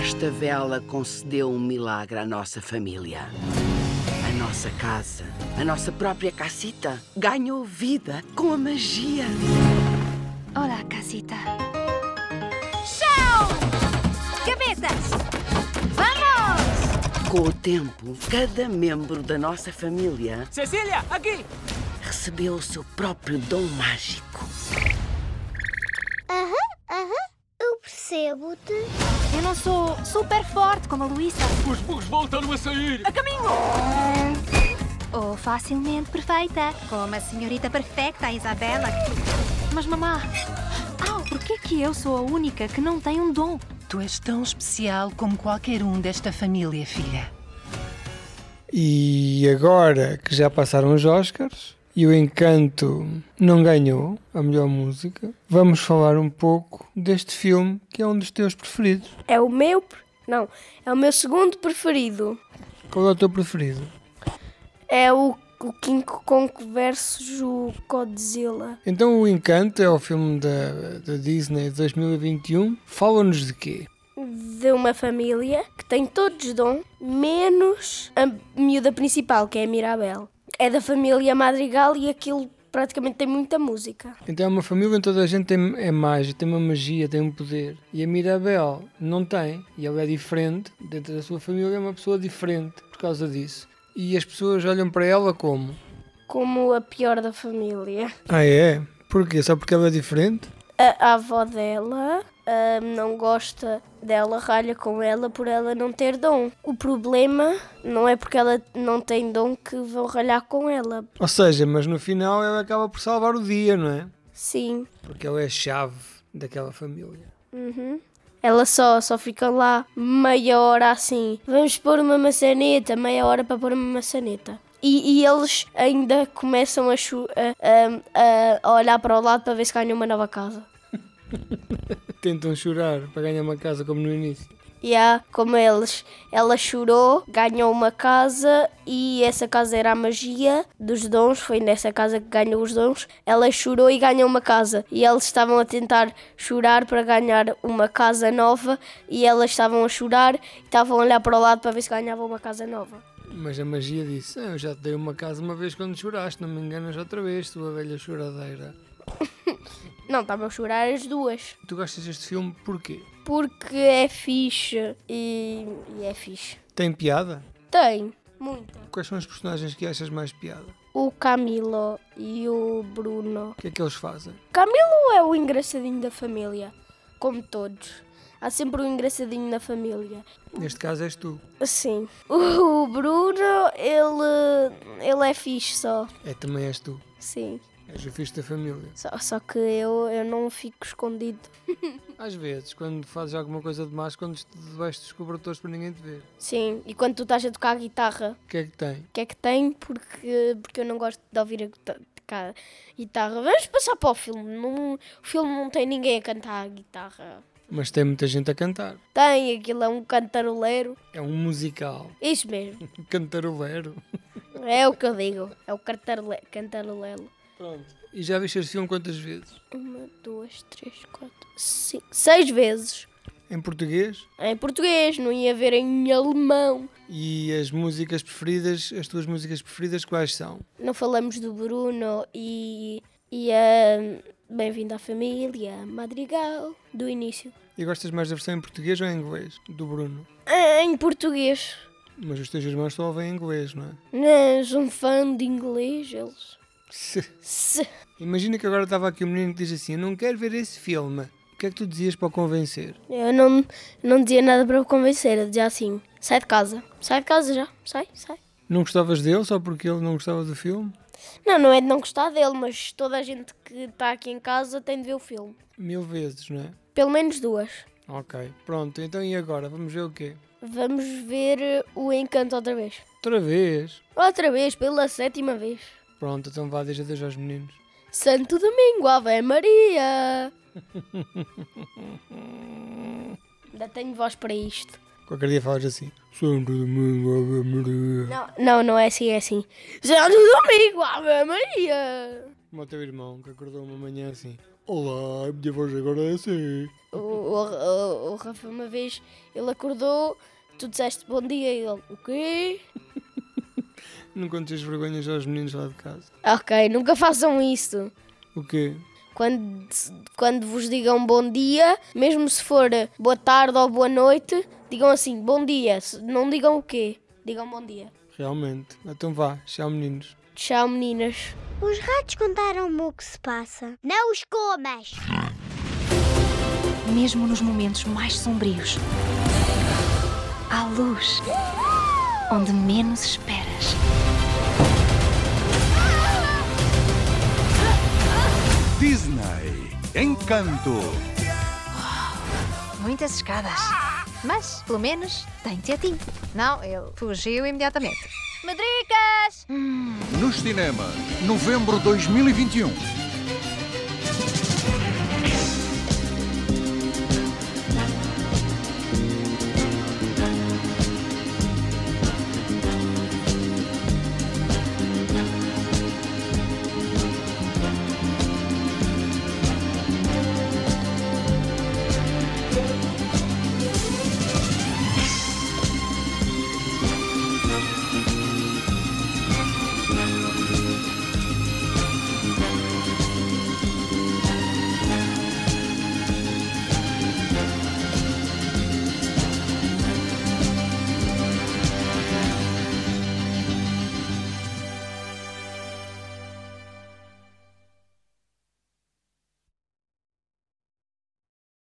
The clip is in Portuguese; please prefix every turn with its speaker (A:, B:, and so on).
A: Esta vela concedeu um milagre à nossa família. A nossa casa, a nossa própria casita, ganhou vida com a magia.
B: Olá, casita.
C: Chão! Cabeças! Vamos!
A: Com o tempo, cada membro da nossa família
D: Cecília, aqui!
A: recebeu o seu próprio dom mágico.
E: Aham, aham. Eu percebo-te.
B: Eu não sou super forte como a Luísa,
D: Os burros voltaram a sair!
C: A caminho!
B: ou Oh, facilmente perfeita, como a senhorita perfeita Isabela. Mas, mamá, au, por que que eu sou a única que não tem um dom?
F: Tu és tão especial como qualquer um desta família, filha.
G: E agora que já passaram os Oscars e o Encanto não ganhou a melhor música, vamos falar um pouco deste filme que é um dos teus preferidos.
H: É o meu. pre- Não, é o meu segundo preferido.
G: Qual é o teu preferido?
H: É o, o King Kong versus o Godzilla.
G: Então, O Encanto é o filme da, da Disney de 2021. Fala-nos de quê?
H: De uma família que tem todos dom, menos a miúda principal, que é a Mirabel. É da família Madrigal e aquilo praticamente tem muita música.
G: Então, é uma família onde toda a gente tem, é mágica, tem uma magia, tem um poder. E a Mirabel não tem, e ela é diferente. Dentro da sua família, é uma pessoa diferente por causa disso. E as pessoas olham para ela como?
H: Como a pior da família.
G: Ah, é? Porquê? Só porque ela é diferente?
H: A, a avó dela ah, não gosta dela, ralha com ela por ela não ter dom. O problema não é porque ela não tem dom que vão ralhar com ela.
G: Ou seja, mas no final ela acaba por salvar o dia, não é?
H: Sim.
G: Porque ela é a chave daquela família.
H: Ela só, só fica lá meia hora assim. Vamos pôr uma maçaneta, meia hora para pôr uma maçaneta. E, e eles ainda começam a, chu- a- a- a olhar para o lado para ver se ganham uma nova casa.
G: Tentam chorar para ganhar uma casa como no início.
H: E há como eles, ela chorou, ganhou uma casa e essa casa era a magia dos dons, foi nessa casa que ganhou os dons. Ela chorou e ganhou uma casa. E eles estavam a tentar chorar para ganhar uma casa nova e elas estavam a chorar e estavam a olhar para o lado para ver se ganhavam uma casa nova.
G: Mas a magia disse: "Ah, Eu já te dei uma casa uma vez quando choraste, não me enganas outra vez, tua velha choradeira.
H: Não, estavam a chorar as duas.
G: Tu gostas deste filme porquê?
H: Porque é fixe e, e é fixe.
G: Tem piada?
H: Tem, muita.
G: Quais são os personagens que achas mais piada?
H: O Camilo e o Bruno.
G: O que é que eles fazem?
H: Camilo é o engraçadinho da família, como todos. Há sempre um engraçadinho na família.
G: Neste caso és tu.
H: Sim. O Bruno, ele, ele é fixe só.
G: É também és tu.
H: Sim.
G: És o filho da família.
H: Só, só que eu, eu não fico escondido.
G: Às vezes, quando fazes alguma coisa de mais, quando debaixo dos cobertores para ninguém te ver.
H: Sim. E quando tu estás a tocar a guitarra,
G: O que é que tem?
H: o que é que tem? Porque, porque eu não gosto de ouvir a guita- tocar a guitarra. Vamos passar para o filme. Não, o filme não tem ninguém a cantar a guitarra.
G: Mas tem muita gente a cantar.
H: Tem, aquilo é um cantaroleiro.
G: É um musical. um
H: Isso mesmo.
G: Cantarolero.
H: É o que eu digo. É o cantarole- cantarolelo.
G: Pronto. E já viste este filme quantas vezes?
H: Uma, duas, três, quatro, cinco. Seis vezes.
G: Em português?
H: Em português, não ia ver em alemão.
G: E as músicas preferidas, as tuas músicas preferidas, quais são?
H: Não falamos do Bruno e, e a Bem-vindo à Família, Madrigal, do início.
G: E gostas mais da versão em português ou em inglês? Do Bruno.
H: Em português.
G: Mas os teus irmãos só ouvem inglês, não é?
H: Não são um fã de inglês, eles. Se-
G: Imagina que agora estava aqui um menino que diz assim: Eu não quero ver esse filme. O que é que tu dizias para o convencer?
H: Eu não, não dizia nada para o convencer, eu dizia assim: sai de casa, sai de casa já, sai, sai.
G: Não gostavas dele só porque ele não gostava do filme?
H: Não, não é de não gostar dele, mas toda a gente que está aqui em casa tem de ver o filme.
G: Mil vezes, não é?
H: Pelo menos duas.
G: Ok. Pronto, então e agora? Vamos ver o quê?
H: Vamos ver eh, o Encanto outra vez.
G: Outra vez.
H: Outra vez, pela sétima vez.
G: Pronto, então vá, diz adeus aos meninos.
H: Santo Domingo, Ave Maria! Ainda tenho voz para isto.
G: Qualquer dia falas assim. Santo Domingo, Ave Maria.
H: Não, não, não é assim, é assim. Santo Domingo, Ave Maria!
G: Como o teu irmão que acordou uma manhã assim. Olá, a minha voz agora é assim.
H: O, o, o, o Rafa, uma vez, ele acordou, tu disseste bom dia e ele, o quê?
G: Não contes vergonhas aos meninos lá de casa.
H: Ok, nunca façam isso.
G: O quê?
H: Quando, quando vos digam bom dia, mesmo se for boa tarde ou boa noite, digam assim, bom dia. Se- Não digam o quê, digam bom dia.
G: Realmente. Então vá, tchau meninos.
H: Tchau, meninas.
E: Os ratos contaram-me o que se passa. Não os comas!
B: Mesmo nos momentos mais sombrios, há luz onde menos esperas.
I: Disney Encanto.
C: Muitas escadas. Mas, pelo menos, tem-te a ti. Não, ele fugiu imediatamente. Medricas!
I: Nos cinemas, novembro 2021.